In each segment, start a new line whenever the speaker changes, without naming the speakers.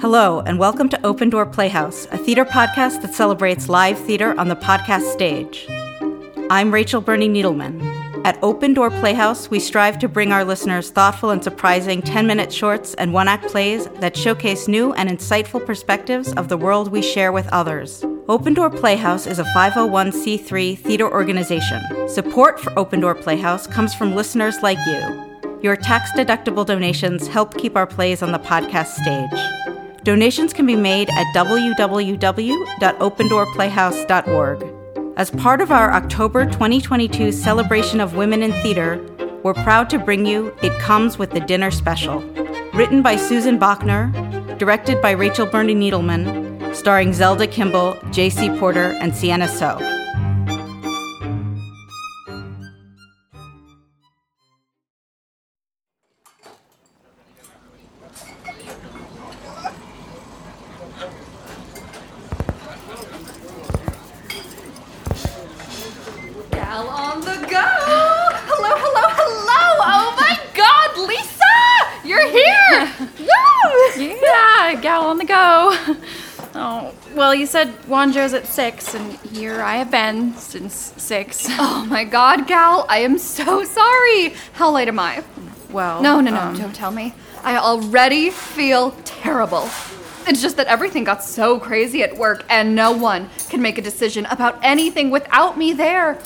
Hello, and welcome to Open Door Playhouse, a theater podcast that celebrates live theater on the podcast stage. I'm Rachel Bernie Needleman. At Open Door Playhouse, we strive to bring our listeners thoughtful and surprising 10 minute shorts and one act plays that showcase new and insightful perspectives of the world we share with others. Open Door Playhouse is a 501c3 theater organization. Support for Open Door Playhouse comes from listeners like you. Your tax deductible donations help keep our plays on the podcast stage. Donations can be made at www.opendoorplayhouse.org. As part of our October 2022 celebration of women in theater, we're proud to bring you It Comes with the Dinner Special. Written by Susan Bachner, directed by Rachel Bernie Needleman, starring Zelda Kimball, J.C. Porter, and Sienna So.
Gal on the go! Hello, hello, hello! Oh my god, Lisa! You're here! Woo!
Yeah, gal on the go. Oh, well, you said Wanjo's at six, and here I have been since six.
Oh my god, Gal, I am so sorry! How late am I?
Well,
No, no, no,
um,
don't tell me. I already feel terrible. It's just that everything got so crazy at work, and no one can make a decision about anything without me there.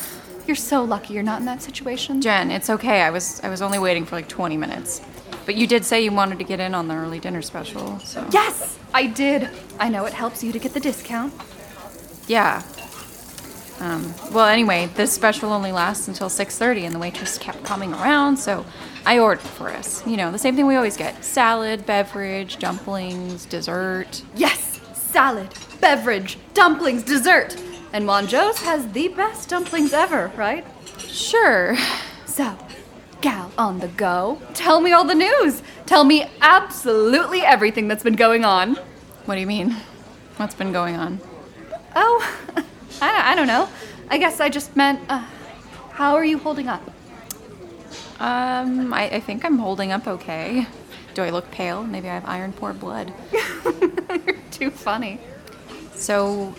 You're so lucky you're not in that situation.
Jen, it's okay. I was I was only waiting for like 20 minutes, but you did say you wanted to get in on the early dinner special. So
Yes, I did. I know it helps you to get the discount.
yeah. Um, well, anyway, this special only lasts until 6:30, and the waitress kept coming around, so I ordered for us. You know, the same thing we always get: salad, beverage, dumplings, dessert.
Yes, salad, beverage, dumplings, dessert. And Wanjo's has the best dumplings ever, right?
Sure.
So, gal on the go, tell me all the news. Tell me absolutely everything that's been going on.
What do you mean? What's been going on?
Oh, I, I don't know. I guess I just meant, uh, how are you holding up?
Um, I, I think I'm holding up okay. Do I look pale? Maybe I have iron poor blood.
You're too funny.
So,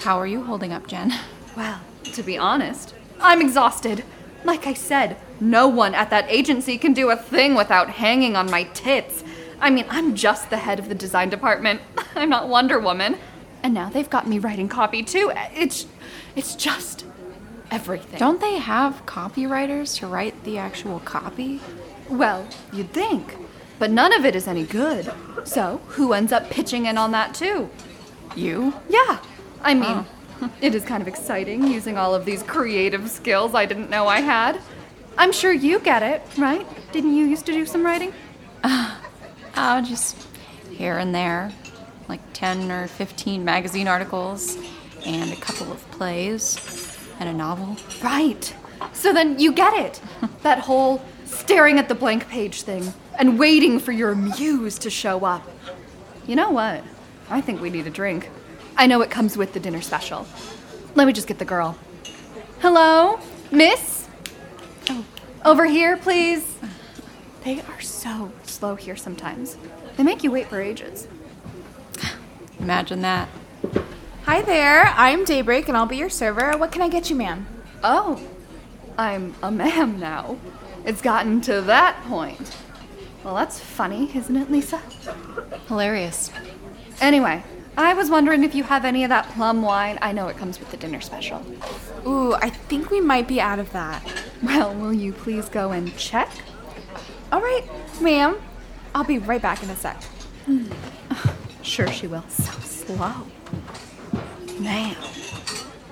how are you holding up, Jen?
Well, to be honest, I'm exhausted. Like I said, no one at that agency can do a thing without hanging on my tits. I mean, I'm just the head of the design department. I'm not Wonder Woman. And now they've got me writing copy too. It's it's just everything.
Don't they have copywriters to write the actual copy?
Well, you'd think, but none of it is any good. So, who ends up pitching in on that too?
You?
Yeah, I mean, it is kind of exciting using all of these creative skills I didn't know I had. I'm sure you get it, right? Didn't you used to do some writing?
Oh, just here and there. Like 10 or 15 magazine articles, and a couple of plays, and a novel.
Right. So then you get it. that whole staring at the blank page thing and waiting for your muse to show up. You know what? I think we need a drink. I know it comes with the dinner special. Let me just get the girl. Hello, miss? Oh, over here, please. They are so slow here sometimes. They make you wait for ages.
Imagine that.
Hi there, I'm Daybreak and I'll be your server. What can I get you, ma'am?
Oh, I'm a ma'am now. It's gotten to that point. Well, that's funny, isn't it, Lisa?
Hilarious.
Anyway, I was wondering if you have any of that plum wine. I know it comes with the dinner special.
Ooh, I think we might be out of that.
Well, will you please go and check?
All right, ma'am, I'll be right back in a sec.
Sure, she will. So slow. Ma'am.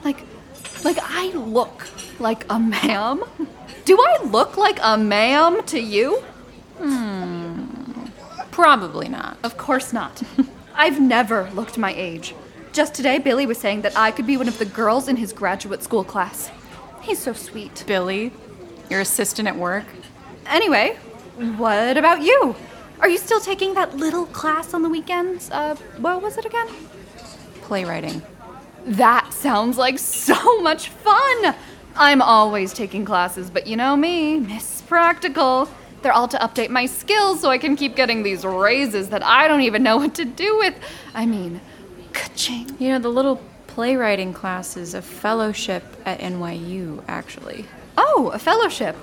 Like, like I look like a ma'am? Do I look like a ma'am to you?
Probably not. Oh,
Of course not. I've never looked my age. Just today, Billy was saying that I could be one of the girls in his graduate school class. He's so sweet.
Billy, your assistant at work.
Anyway, what about you? Are you still taking that little class on the weekends? Uh, what was it again?
Playwriting.
That sounds like so much fun! I'm always taking classes, but you know me, Miss Practical. They're all to update my skills so I can keep getting these raises that I don't even know what to do with. I mean, ka-ching.
You know, the little playwriting class is a fellowship at NYU, actually.
Oh, a fellowship.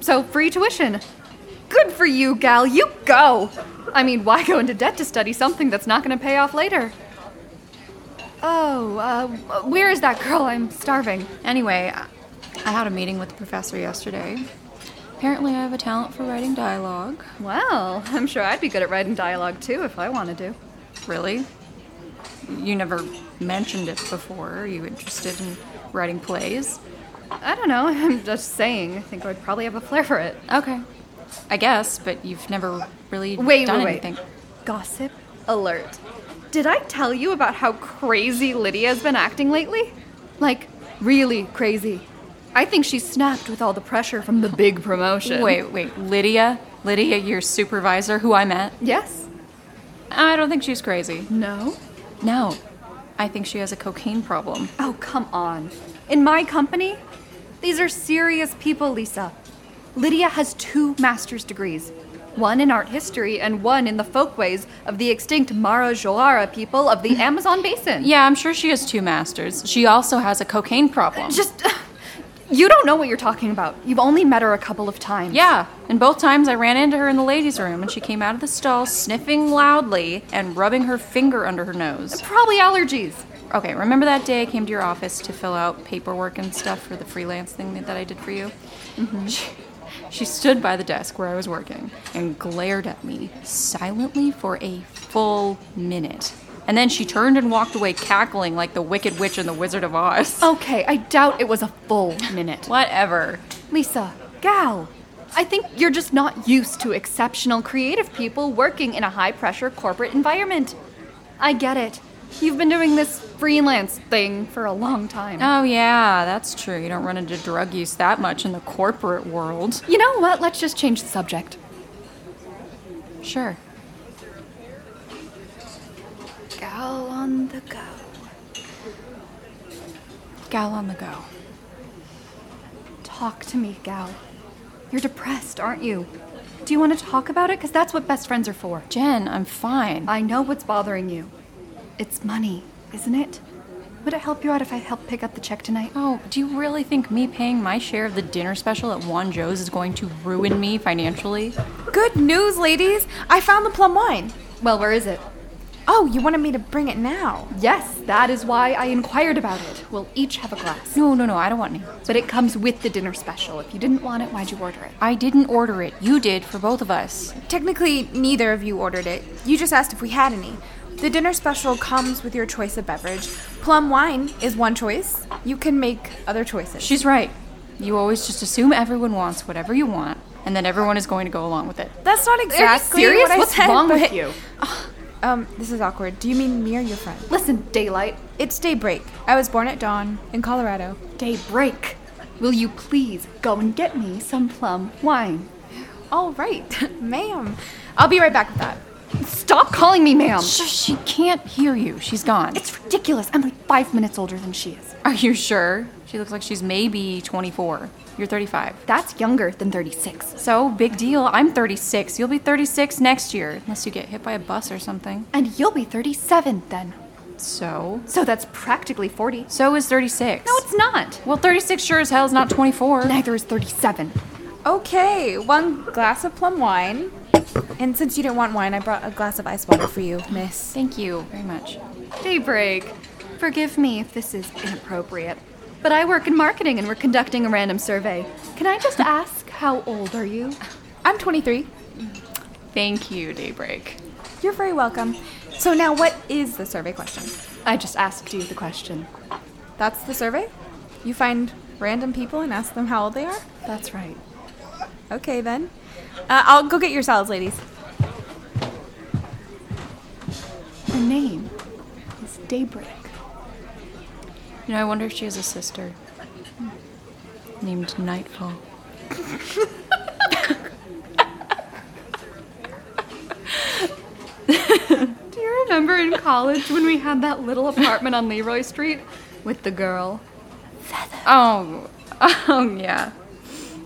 So free tuition. Good for you, gal. You go. I mean, why go into debt to study something that's not going to pay off later? Oh, uh, where is that girl? I'm starving.
Anyway, I I had a meeting with the professor yesterday. Apparently, I have a talent for writing dialogue.
Well, I'm sure I'd be good at writing dialogue too if I wanted to.
Really? You never mentioned it before. Are you interested in writing plays?
I don't know. I'm just saying. I think I'd probably have a flair for it.
Okay. I guess, but you've never really
Wait,
done
wait, wait.
anything.
Gossip alert. Did I tell you about how crazy Lydia's been acting lately? Like, really crazy. I think she snapped with all the pressure from the big promotion.
Wait, wait. Lydia? Lydia, your supervisor, who I met?
Yes?
I don't think she's crazy.
No?
No. I think she has a cocaine problem.
Oh, come on. In my company? These are serious people, Lisa. Lydia has two master's degrees one in art history and one in the folkways of the extinct Mara Joara people of the Amazon basin.
Yeah, I'm sure she has two masters. She also has a cocaine problem.
Just. You don't know what you're talking about. You've only met her a couple of times.
Yeah, and both times I ran into her in the ladies' room and she came out of the stall sniffing loudly and rubbing her finger under her nose.
Probably allergies.
Okay, remember that day I came to your office to fill out paperwork and stuff for the freelance thing that I did for you? She, she stood by the desk where I was working and glared at me silently for a full minute. And then she turned and walked away cackling like the Wicked Witch in the Wizard of Oz.
Okay, I doubt it was a full minute.
Whatever.
Lisa, gal, I think you're just not used to exceptional creative people working in a high pressure corporate environment. I get it. You've been doing this freelance thing for a long time.
Oh, yeah, that's true. You don't run into drug use that much in the corporate world.
you know what? Let's just change the subject.
Sure.
Gal on the go.
Gal on the go.
Talk to me, gal. You're depressed, aren't you? Do you want to talk about it? Because that's what best friends are for.
Jen, I'm fine.
I know what's bothering you. It's money, isn't it? Would it help you out if I help pick up the check tonight?
Oh, do you really think me paying my share of the dinner special at Juan Joe's is going to ruin me financially?
Good news, ladies. I found the plum wine.
Well, where is it?
Oh, you wanted me to bring it now.
Yes, that is why I inquired about it. We'll each have a glass.
No, no, no, I don't want any.
But it comes with the dinner special. If you didn't want it, why'd you order it?
I didn't order it. You did for both of us.
Technically, neither of you ordered it. You just asked if we had any. The dinner special comes with your choice of beverage. Plum wine is one choice. You can make other choices.
She's right. You always just assume everyone wants whatever you want, and then everyone is going to go along with it.
That's not exactly
serious?
what I
What's
said.
wrong with
but-
you?
Um, this is awkward. Do you mean me or your friend?
Listen, Daylight,
It's daybreak. I was born at dawn in Colorado.
daybreak. Will you please go and get me some plum wine?
All right, ma'am. I'll be right back with that.
Stop calling me ma'am.
Sh- She can't hear you. She's gone.
It's ridiculous. I'm like five minutes older than she is.
Are you sure? She looks like she's maybe 24. You're 35.
That's younger than 36.
So, big deal. I'm 36. You'll be 36 next year, unless you get hit by a bus or something.
And you'll be 37 then.
So?
So that's practically 40.
So is 36.
No, it's not.
Well, 36 sure as hell is not 24.
Neither is 37.
Okay, one glass of plum wine. And since you didn't want wine, I brought a glass of ice water for you, miss.
Thank you very much.
Daybreak, forgive me if this is inappropriate, but I work in marketing and we're conducting a random survey. Can I just ask, how old are you?
I'm 23.
Thank you, Daybreak.
You're very welcome. So now what is the survey question?
I just asked you the question.
That's the survey? You find random people and ask them how old they are?
That's right.
Okay then. Uh, I'll go get your salads, ladies.
Her name is Daybreak.
You know, I wonder if she has a sister named Nightfall.
Do you remember in college when we had that little apartment on Leroy Street with the girl?
Oh, oh yeah.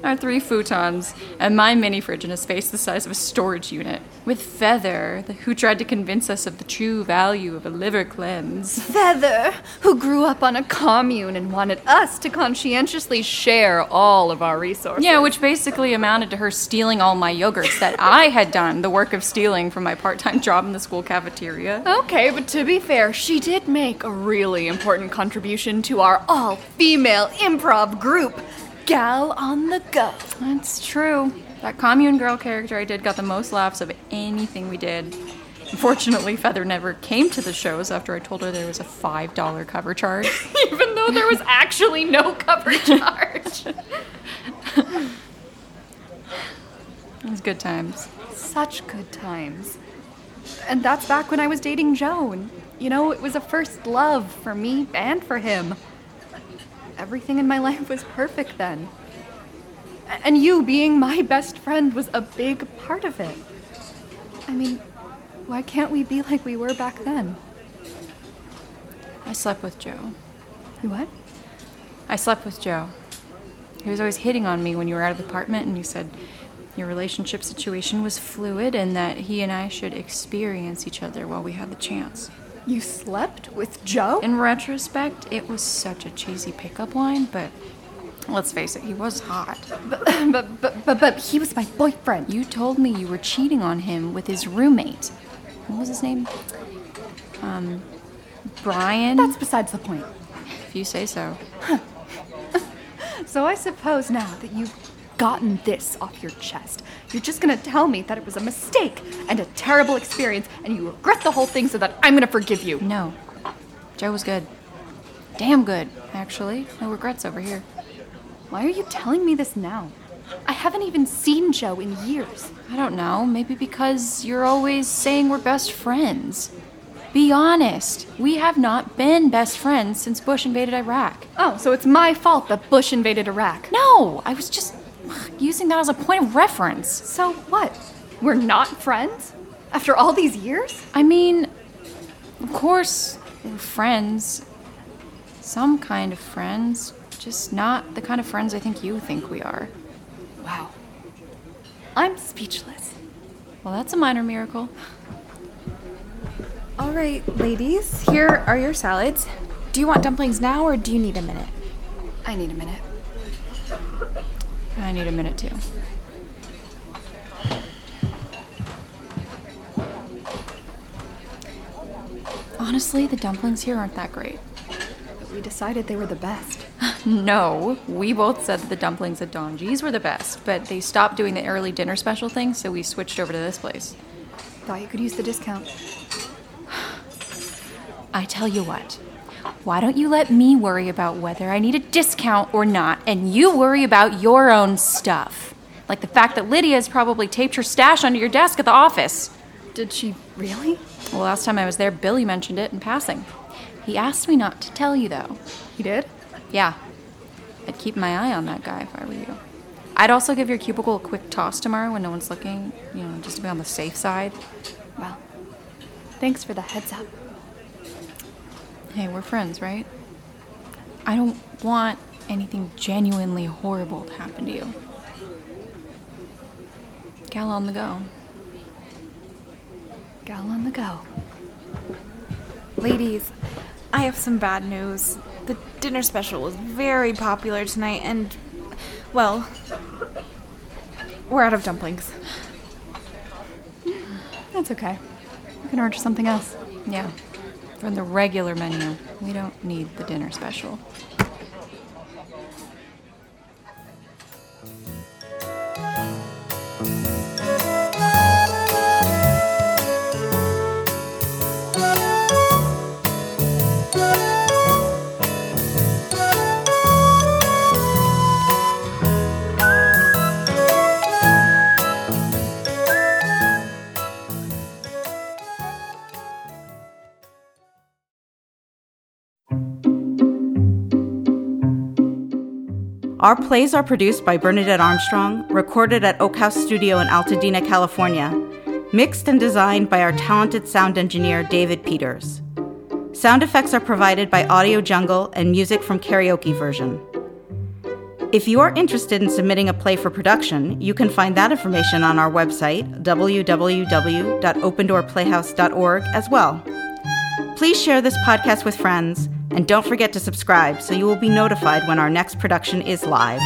our three futons, and my mini fridge in a space the size of a storage unit. With Feather, the- who tried to convince us of the true value of a liver cleanse.
Feather, who grew up on a commune and wanted us to conscientiously share all of our resources.
Yeah, which basically amounted to her stealing all my yogurts that I had done the work of stealing from my part time job in the school cafeteria.
Okay, but to be fair, she did make a really important contribution to our all female improv group, Gal on the Go.
That's true. That commune girl character I did got the most laughs of anything we did. Unfortunately, Feather never came to the shows after I told her there was a $5 cover charge.
Even though there was actually no cover charge.
It was good times.
Such good times. And that's back when I was dating Joan. You know, it was a first love for me and for him. Everything in my life was perfect then. A- And you being my best friend was a big part of it. I mean, why can't we be like we were back then?
I slept with Joe.
What?
I slept with Joe. He was always hitting on me when you were out of the apartment, and you said your relationship situation was fluid and that he and I should experience each other while we had the chance.
You slept with Joe?
In retrospect, it was such a cheesy pickup line, but let's face it, he was hot.
but, but, but, but, but he was my boyfriend.
You told me you were cheating on him with his roommate. What was his name? Um, Brian?
That's besides the point.
if you say so.
So I suppose now that you've gotten this off your chest, you're just gonna tell me that it was a mistake and a terrible experience and you regret the whole thing so that I'm gonna forgive you.
No. Joe was good. Damn good, actually. No regrets over here.
Why are you telling me this now? I haven't even seen Joe in years.
I don't know. Maybe because you're always saying we're best friends. Be honest. We have not been best friends since Bush invaded Iraq.
Oh, so it's my fault that Bush invaded Iraq.
No, I was just using that as a point of reference.
So what? We're not friends? After all these years?
I mean, of course, we're friends. Some kind of friends. Just not the kind of friends I think you think we are.
Wow. I'm speechless.
Well, that's a minor miracle.
All right, ladies, here are your salads. Do you want dumplings now or do you need a minute?
I need a minute.
I need a minute too. Honestly, the dumplings here aren't that great.
But we decided they were the best.
No, we both said that the dumplings at Donji's were the best, but they stopped doing the early dinner special thing, so we switched over to this place.
Thought you could use the discount.
I tell you what, why don't you let me worry about whether I need a discount or not, and you worry about your own stuff? Like the fact that Lydia's probably taped her stash under your desk at the office.
Did she really?
Well, last time I was there, Billy mentioned it in passing. He asked me not to tell you, though.
He did?
Yeah, I'd keep my eye on that guy if I were you. I'd also give your cubicle a quick toss tomorrow when no one's looking, you know, just to be on the safe side.
Well, thanks for the heads up.
Hey, we're friends, right? I don't want anything genuinely horrible to happen to you. Gal on the go.
Gal on the go.
Ladies, I have some bad news. The dinner special was very popular tonight and, well, we're out of dumplings.
That's okay. We can order something else.
Yeah, from the regular menu. We don't need the dinner special.
Our plays are produced by Bernadette Armstrong, recorded at Oak House Studio in Altadena, California, mixed and designed by our talented sound engineer, David Peters. Sound effects are provided by Audio Jungle and music from Karaoke Version. If you are interested in submitting a play for production, you can find that information on our website, www.opendoorplayhouse.org, as well. Please share this podcast with friends, and don't forget to subscribe so you will be notified when our next production is live.